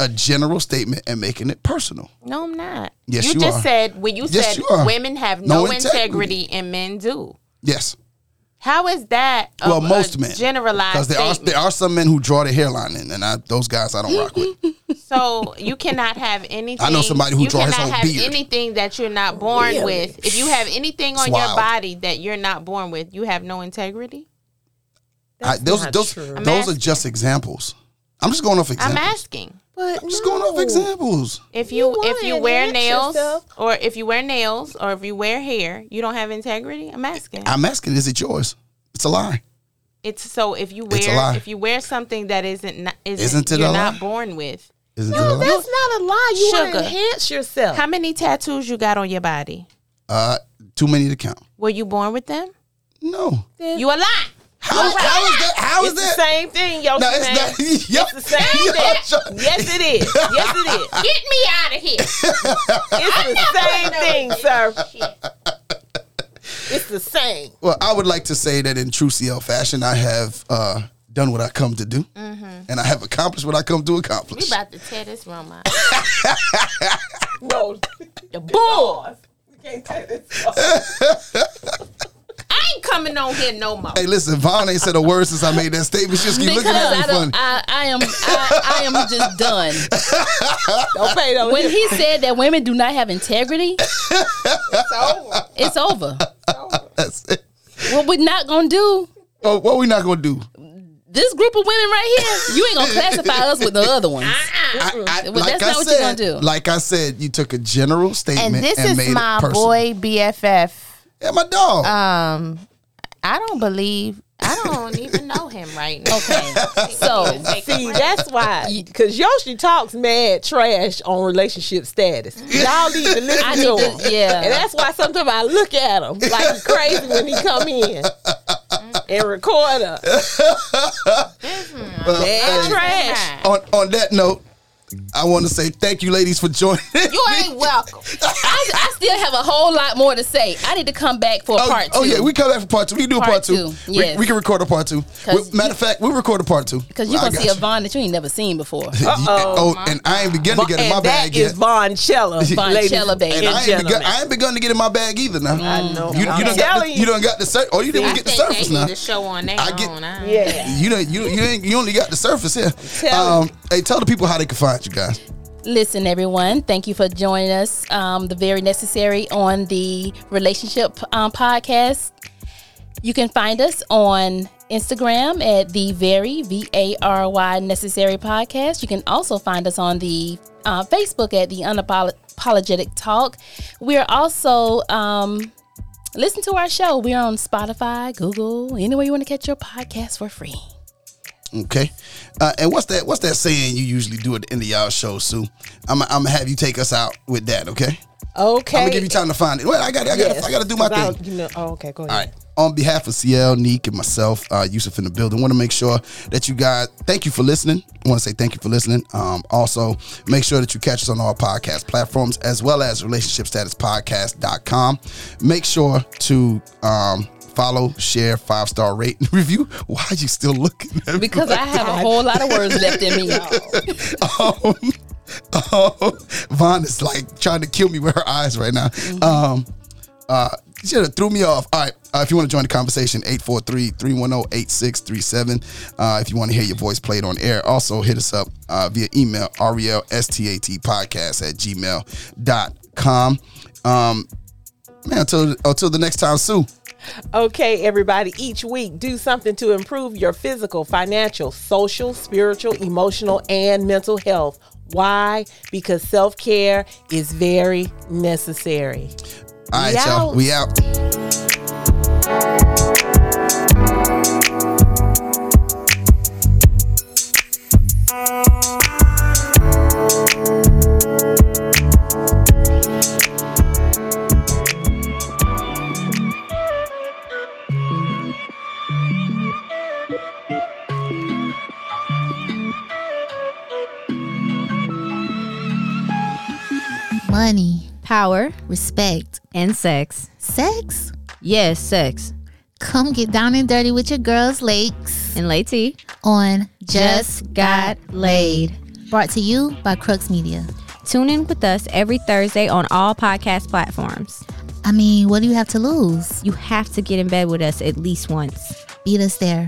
a general statement and making it personal.
No, I'm not.
Yes, you
just
are.
said when you
Yes,
said
you are.
women have
No
no,
integrity.
integrity. and men do.
Yes.
How is that?
Oh,
a-
Well,
a
most men
generalized.
there are
statement?
there are some men who draw the hairline in, and I, those guys I don't rock with.
So you cannot have anything.
I know somebody who
you
draw his
cannot
own
have
beard.
anything that you're not born with. If you have anything on your
wild.
body that you're not born with, you have no integrity.
I, those
not
those
true.
I'm
those are
asking.
just examples. I'm just going off
I'm
examples.
asking
But
I'm just going off examples.
if you,
You
if you
lying,
wear
answer
nails
yourself.
or if you wear nails or if you wear hair, you don't have integrity. I'm asking.
I'm asking, is it yours? It's a lie.
it's so if you
It's a
wear
lie.
if you wear something that isn't not, isn't,
Isn't it
you're
a lie?
not born with.
Isn't it a lie?
That's not a lie. You want to
Sugar.
enhance yourself.
How many tattoos you got on your body?
Uh, too many to count.
Were you born with them?
No.
You a lie.
How, how is that? How is
it's
that?
the same thing, Yoshi.
No,
man.
it's not. Yep.
It's the same thing. Yes, it is. Yes, it is.
Get me out of here.
It's the same thing, sir. It's the same.
Well, I would like to say that in true CL fashion, I have uh, done what I come to do, and I have accomplished what I come to
We
accomplish.
about to tear this room up.
No,
The bulls.
we can't take this.
I ain't coming on here no more.
Hey, listen, Vaughn ain't said a word since I made that statement. She just keep
Because
looking at me
I,
funny.
don't, I, I am I, I am just done.
Don't pay no.
When he said that women do not have integrity, it's over.
That's it.
What we're not gonna do,
Well, what we not gonna do?
this group of women right here, you ain't gonna classify us with the other ones.
I, I,
Well,
like
that's
I
not what you
said,
gonna do.
like I said, you took a general
And
statement and,
this is
made
my
it personal.
boy BFF.
Yeah, my dog.
Um, I don't believe. I don't even know him right now.
Okay. So
See, that's why, because Yoshi talks mad trash on relationship status. Y'all need to listen
I
to
need
him,
to yeah.
and that's why sometimes I look at him like he's crazy when he come in and record us. Mad trash.
Uh, on on that note, I want to say thank you, ladies, for joining.
You ain't welcome.
I, I still have a whole lot more to say. I need to come back for a
Oh,
part two.
oh, yeah, we come back for part two. We can do a
Part
part two.
two,
We-
yes.
We, can record a part two. We-
you-
matter of fact, we'll record a part two.
Because you're
I
gonna
got
see a
you.
Vaughn that you ain't never seen before.
Oh, and I ain't beginning to get in my
and that
bag yet.
is Bonchella.
Bonchella,
ladies
baby.
and
and
I ain't, begun,
gentlemen.
I ain't begun to get in my bag either now.
I know.
You, you,
I'm
done got
telling
the, you done got the surface. All you did was
I
get the
think
surface
they
now.
need to show on their
I
own.
get-
I-
Yeah.
You don't. You you ain't, you only got the surface here.
Tell
um, hey, tell the people how they can find you guys.
Listen, everyone, thank you for joining us. Um, the very necessary on the relationship um, podcast. You can find us on Instagram at the very V A R Y necessary podcast. You can also find us on the uh, Facebook at the unapologetic talk. We are also um, listen to our show. We are on Spotify, Google, anywhere you want to catch your podcast for free.
Okay. Uh, and what's that? What's that saying you usually do at the end of y'all show, Sue? I'm I'm gonna have you take us out with that. Okay.
Okay.
I'm gonna give you time to find it. Well, I got I got to I got to do my
Yes, 'cause
thing.
I- You know, oh, okay, go ahead.
All right. On behalf of CL, Neek, and myself, uh, Yusuf in the building, want to make sure that you guys thank you for listening. I want to say thank you for listening. Um, also, make sure that you catch us on all podcast platforms as well as relationshipstatuspodcast.com. Make sure to um, follow, share, five star rate, and review. Why are you still looking at me?
Because I have a whole lot of words left in me.
um, oh, Vaughn is like trying to kill me with her eyes right now. Um, uh, she done threw me off. All right. Uh, if you want to join the conversation, 843 310 8637. Uh, If you want to hear your voice played on air, also hit us up uh, via email, podcast at gmail.com. Um, man, until, until the next time, Sue.
Okay, everybody, each week do something to improve your physical, financial, social, spiritual, emotional, and mental health. Why? Because self care is very necessary.
All right,
We
y'all.
out.
We out.
money, power, respect,
and sex.
sex.
Yes, sex.
Come get down and dirty with your girls, Lakes,
And late tea.
on Just Got Laid. Brought to you by Crux Media.
Tune in with us every Thursday on all podcast platforms.
I mean, what do you have to lose?
You have to get in bed with us at least once.
Beat us there.